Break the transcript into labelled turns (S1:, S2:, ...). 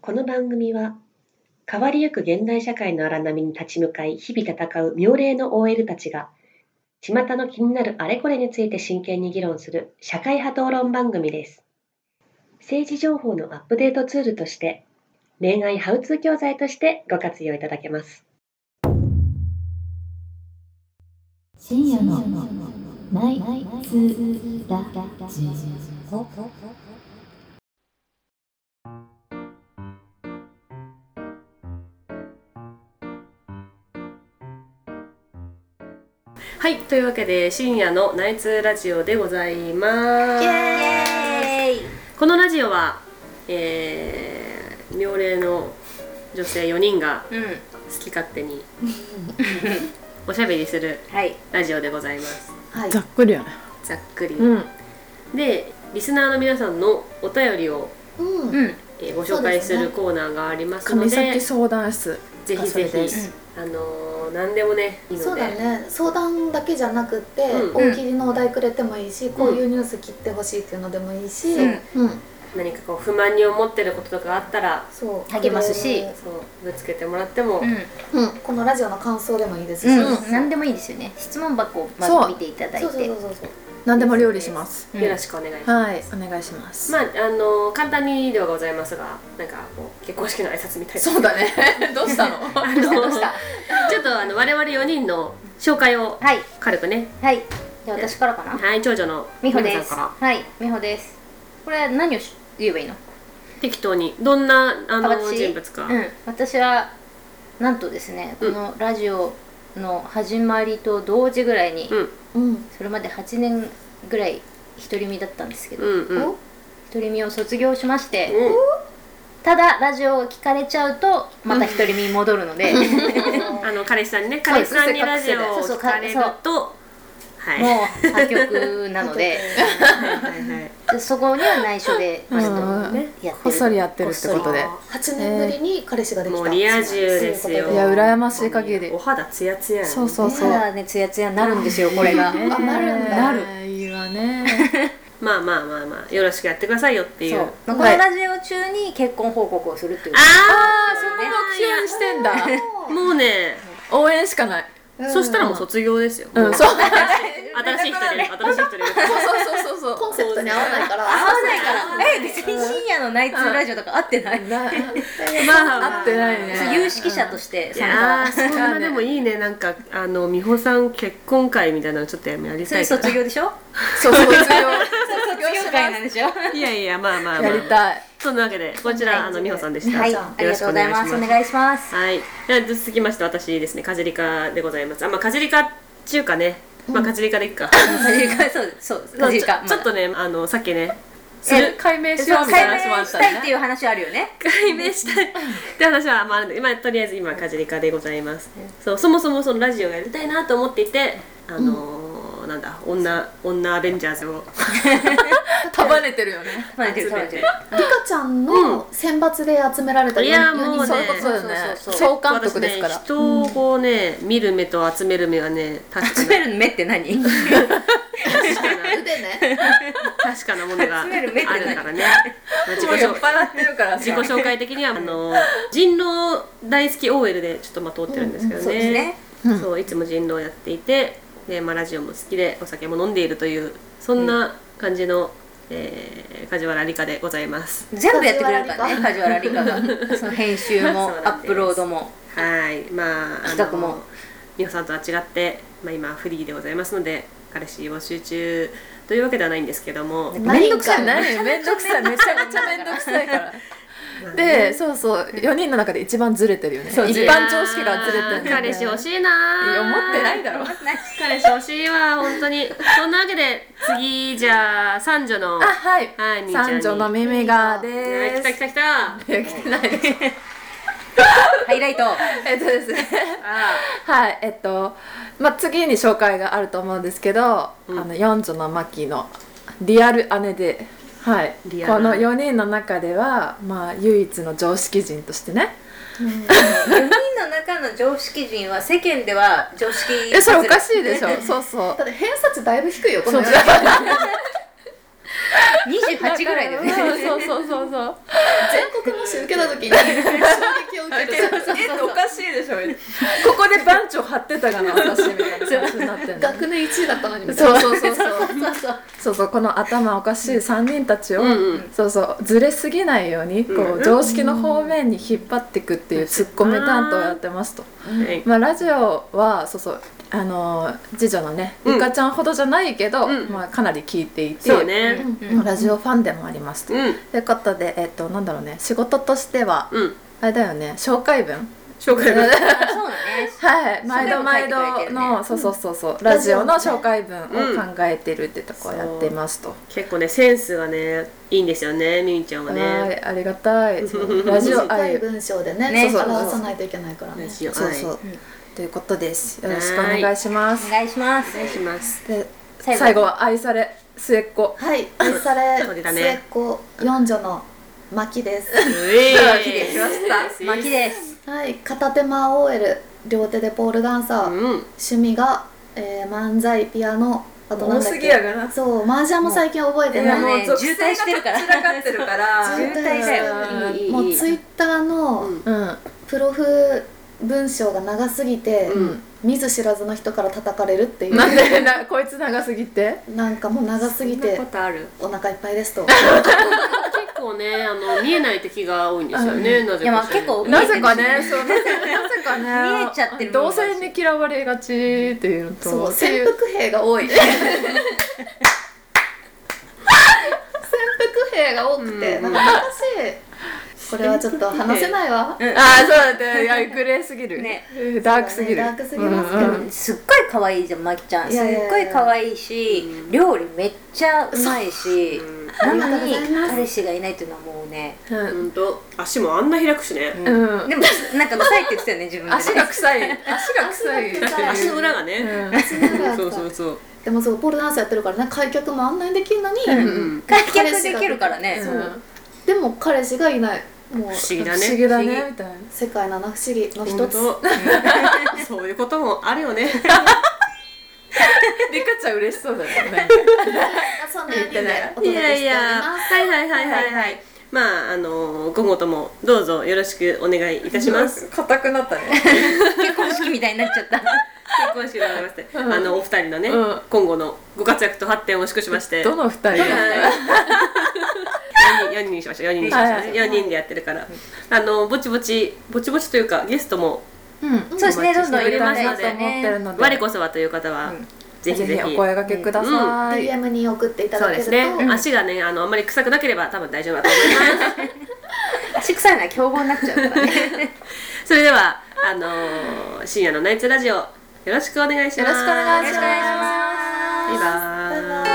S1: この番組は変わりゆく現代社会の荒波に立ち向かい日々戦う妙齢の OL たちが巷の気になるあれこれについて真剣に議論する社会派討論番組です政治情報のアップデートツールとして恋愛ハウツー教材としてご活用いただけます
S2: 深夜のナイツラジオ
S3: はい、というわけで深夜のナイツラジオでございます。このラジオは、えー、妙齢の女性4人が
S4: うん、
S3: 好き勝手に おしゃべりする
S4: はい、
S3: ラジオでございます。
S4: はい、
S5: ざっくりやね
S3: ざっくり。
S5: うん
S3: で、リスナーの皆さんのお便りを、
S2: うん
S4: うん、
S3: えーご紹介するコーナーがありますので、
S5: 神崎相談室
S3: ぜひぜ
S5: あそれで
S3: ひ、あのー、何でもね、いいので。
S2: そうだね相談だけじゃなくて、
S3: うん
S2: 大喜利のお題くれてもいいし、こういうニュース切ってほしいっていうのでもいいし、
S4: うん
S2: うん
S3: 何かこう不満に思ってることとかあったら、
S2: そう
S4: 励ますし
S3: そうぶつけてもらっても、
S4: うん、
S2: うん、このラジオの感想でもいいですし、
S4: うん、
S2: そう
S4: なんでもいいですよね。質問箱をま
S5: そう
S4: ず見ていただいて、
S2: そうそうそうそう
S5: 何でも料理します
S4: うん
S3: よろしくお願いします。
S5: はいお願いします、
S3: まああの簡単にではございますがなんかこう結婚式の挨拶みたいな
S5: そうだね どうしたの
S3: あのちょっとあの我々4人の紹介を
S4: はい、
S3: 軽くね
S4: はい、じゃあ私からかな。
S3: はい長女の
S4: 美穂
S3: さ
S4: で
S3: ん
S4: す。
S3: から
S4: はい、美穂です。これは何をし言えばいいの？
S3: 適当にどんなあ
S4: あ
S3: の
S4: 私
S3: 人物か、
S4: うん、私はなんとですね、こ
S3: うん
S4: のラジオの始まりと同時ぐらいに、
S3: うん
S2: うん
S4: それまで8年ぐらい独り身だったんですけど、
S3: うんうん
S2: お
S4: 独り身を卒業しまして。
S3: うん
S4: ただラジオを聞かれちゃうとまた独り身に戻るのでも
S3: あの彼氏さんにね彼氏さんにラジオを
S4: そうそ
S3: 聞
S4: う
S3: かれるとはいう
S4: 破局なので
S3: はいはいはい
S4: でそこには内緒で
S5: うん
S4: ちょっとねやってる
S5: こっそりやってるってことで
S2: 8年ぶりに彼氏ができた、
S3: もうリア充ですよ
S5: いや羨ましい限り
S3: お肌ツヤツヤやね
S5: そうそう
S4: そ
S5: そうう
S4: だねツヤツヤになるんですよこれが
S5: ね
S2: あなるんだ
S5: なるいいわ ね
S3: まあまあまあまあよろしくやってくださいよっていう
S4: そうまあこのラジオ中に結婚報告をするっていう
S3: ああ
S5: そこ目標にしてんだ
S3: もうね
S5: 応援しかない
S3: そしたらもう卒業ですよ、
S5: うんそうそう
S3: 新しい人入れる新しい人入れる
S5: そうそう
S2: コ
S5: そ
S2: ンセプトに合わないから
S4: 合わないからえ別に深夜のナイツラジオとか合ってない、
S5: うな
S3: まあまあ
S5: 合ってないね
S4: そう有識者として
S3: い
S4: 参
S3: や
S4: 加
S3: ーそんなでもいいねなんかあの美穂さん結婚会みたいなのちょっとやり
S4: そ
S3: た
S4: れ
S3: いか
S4: 卒業でしょ
S5: そう卒業
S4: 卒業会なんでしょ
S3: らいやいやまあまあま
S5: や
S3: あ
S5: りたい
S3: そんなわけでこちらあの美穂さんでした
S4: はい
S3: よ
S4: あり
S3: ろ
S4: が
S3: し
S4: と
S3: く
S4: う
S3: お
S4: ござい
S3: 願い
S4: ま
S3: し
S4: すお
S3: ます
S4: 願いします
S3: はいでは続きまして私ですねカジリカでございますあまあカジリカっていうかねまあカジリカでいっか、
S4: カジリカそうですそうです
S3: まあ
S4: カジリ
S3: ちょ
S4: カまだ
S3: ちょっとねあのさっきね
S5: する解明しようみたいな話もあ
S4: 解明
S5: った
S4: したいっ
S5: よ
S4: て
S5: ね
S4: いう話あるよね
S3: 解明したいって話はまああるんで今とりあえず今カジリカでございますそうそもそもそのラジオやりたいなと思っていてあのーなんだ女女アベンジャーズを
S5: 束ねてるよね
S4: まあ出てる出てる
S2: リカちゃんの選抜で集められた
S3: いや
S2: 四人
S3: もうね
S5: そういうことだよね
S4: そうそう
S5: 総監督ですから
S3: 私ね、人をこうね、見る目と集める目がね 確か
S4: 集める目って何
S3: な
S2: 腕ね
S3: 確かなものがあ
S4: 集める目って何
S3: るからねまあ自己
S5: もう酔っ
S3: 紹
S5: 払ってるからさ
S3: 自己紹介的にはあの人狼大好き OL でちょっとまあ通ってるんですけどね,、
S4: そうですね
S5: うん
S3: そういつも人狼やっていてで、まあ、ラジオも好きでお酒も飲んでいるというそんな感じの、えー、梶原理香でございます
S4: 全部やってくれるからね梶原理香がその編集も
S3: そうなん
S4: アッ
S3: です
S4: プロードも
S3: はいまああの
S4: 企画も
S3: 美穂さんとは違って、まあ、今フリーでございますので彼氏募集中というわけではないんですけども、
S2: めんどくさい
S5: 何めんどくさいめちゃめちゃめんどくさいからでそうそう4人の中で一番ずれてるよね一
S4: そうずれ
S5: 般常識がずれてるんだよね
S3: 彼氏欲し
S5: い
S3: いなー
S5: や思ってないだろ
S3: 彼氏欲しいわ本当 にそんなわけで次じゃあ三女の
S5: あ
S3: は
S5: はい
S3: いみーちゃんに
S5: 三女の耳が
S3: はい
S5: で
S3: 来
S5: す
S3: た来た来た
S5: いや来てないです
S4: ハイライト
S5: えっとですね
S3: あ
S5: はいえっとまあ次に紹介があると思うんですけど、
S3: うん
S5: あの四女のマキのリアル姉で、はい、
S3: リアル
S5: この4人の中では、まあ、唯一の常識人としてね
S4: 4人の中の常識人は世間では常識
S5: えそれおかしいでしょそうそう
S2: だって偏差値だいぶ低いよこの世
S4: 28ぐらいだよね
S5: そうそうそうそう
S2: 全国ってもし受けた時に衝撃 を受ける
S4: えおかしいでしょ
S5: ここで番長張ってたかな 私みたいな感じになってんの
S2: 学年1位だったのにみたい
S5: そう
S2: な
S5: そうそうそうそうそうこの頭おかしい3人たちを、
S3: うんうん
S5: そうそうずれすぎないようにこ
S3: う
S5: う常識の方面に引っ張っていくっていうツッコミ担当をやってますと、まあ、ラジオはそうそうあのー次女のね
S3: うん
S5: ゆかちゃんほどじゃないけど、
S3: うん
S5: まあ、かなり聞いていて、
S3: そうね
S5: まあラジオファンでもありますと。
S3: うん
S5: ということで、えっと、なんだろうね仕事としては
S3: うん
S5: あれだよね紹介文
S3: 紹介文
S4: そうだね
S5: はい毎度毎
S4: それも書いてくれて
S5: 度
S4: るね
S5: のそうそうそうそうラジオの紹介文を
S3: う
S5: 考えてるってとこをやってますと、
S3: 結構ねセンスがねいいんですよねみみちゃんは
S5: は
S3: ね
S5: いありがたいそうラジ
S2: 短
S5: オ愛
S2: い文章でね
S4: ね
S2: そうそう表さないといけないからね
S3: ラジオ
S5: そうそう、ということですよろしくお願いします
S4: お願いします
S3: はいします
S5: で
S4: 最後
S5: 最後は愛され末っ子
S2: はい愛さ
S3: そう
S2: れ
S3: だね
S2: 末っ子四女のマキです
S3: うえ
S4: 巻きで
S3: ー
S4: す 巻きです
S2: はい片手間 OL 両手でポールダンサー、
S3: うん
S2: 趣味が、えー漫才ピアノあとなん
S5: 多
S2: だっ
S5: すぎ
S2: け
S5: やがな
S2: そう麻雀も最近覚えて
S4: いや
S2: ない
S4: もう
S2: も
S4: ね
S5: 属性
S4: 渋滞してるから
S5: が散らかってるから
S2: 渋滞だ
S3: よいいいいう
S2: うツイッターの
S3: うん
S5: うん
S2: プロフ文章が長すぎて、
S3: うん
S2: 見ず知らずの人から叩かれるっていう
S5: なんでな こいつ長すぎて
S2: なんかもう長すぎて
S4: そんなことある
S2: お腹いっぱいで すと
S3: 結構ねあの見えない敵が多いんですよねなぜか
S4: いやまあ結構
S5: なぜかねそうなぜなぜか ね
S4: 見えちゃってるも
S5: 同
S4: んだし
S5: 性に嫌われがちっていうのと
S2: そう
S5: ってい
S2: 潜
S5: う
S2: 伏兵が多い潜伏兵が多くて、
S3: うん
S2: なんか難しいこれはちょっと話せないわ
S5: ああそうだっていやグレーすぎる、
S4: ね
S5: ダークすぎる、
S2: ダークすぎますけ
S5: う
S2: ど
S5: ん
S2: ね
S5: うん
S4: すっごい可愛いじゃんまきちゃん
S2: い
S4: すっ
S2: やいやいや
S4: ごい可愛いし料理めっちゃうまいし
S3: うん
S4: なの
S2: あり
S4: に
S2: がとうございます
S4: 彼氏がいないっていうのはもうね
S5: うん
S3: 本当足もあんな開くしね
S5: うん
S4: でもなんか臭いって言ってたよね自分でね
S5: 足が臭い足が臭い
S2: 足が臭い
S3: 足の裏がね
S5: うん
S2: が
S3: そうそうそう
S2: でもそうポールダンスやってるからね開脚もあんなにできるのに、
S3: うん
S4: 開脚できるからね
S5: うん
S2: そうでも彼氏がいないも
S3: 不
S2: う
S3: 思議だ
S5: 不思
S3: ね
S5: 議だねみたいな
S2: 世界七不思議の一
S3: 本
S2: つ
S3: 当 そういうこともあるよね
S5: リカちゃん嬉しそうだよね
S2: そんな意味でお
S3: い
S2: 届
S3: やい
S2: けしており
S3: や
S2: ま
S3: はいはいはいはいはいまああの今後ともどうぞよろしくお願いいたします
S5: 硬くなったね
S4: 結婚式みたいになっちゃ った
S3: 結婚式でございまして
S5: ん
S3: あのお二人のね
S5: うん
S3: 今後のご活躍と発展を祝しまして
S5: どの二人
S3: はい4人にしましょう4人にしましょう
S5: は
S3: ね
S5: い
S3: 4人でやってるからあのぼちぼちぼちぼちというかゲストも
S5: うん
S4: そうですねどんどん
S3: 入れま
S4: い
S3: し
S4: ろんな人
S3: たの
S5: と
S3: で
S5: 思ってるので
S3: 我こそはという方は
S4: うん
S3: ぜひぜ
S5: お
S3: ひ
S5: 声掛けくださ
S2: す
S5: い、
S2: DM に送っていた
S3: そう
S2: だ
S3: で
S2: ける
S3: す
S2: と、
S3: ね足がねあのあんまり臭くなければ多分大丈夫だと思います
S4: 足臭いのは競合になっちゃう からね
S3: それではあのー深夜のナイツラジオよろしくお願いします
S5: よろしくお願いします
S3: バイバーイ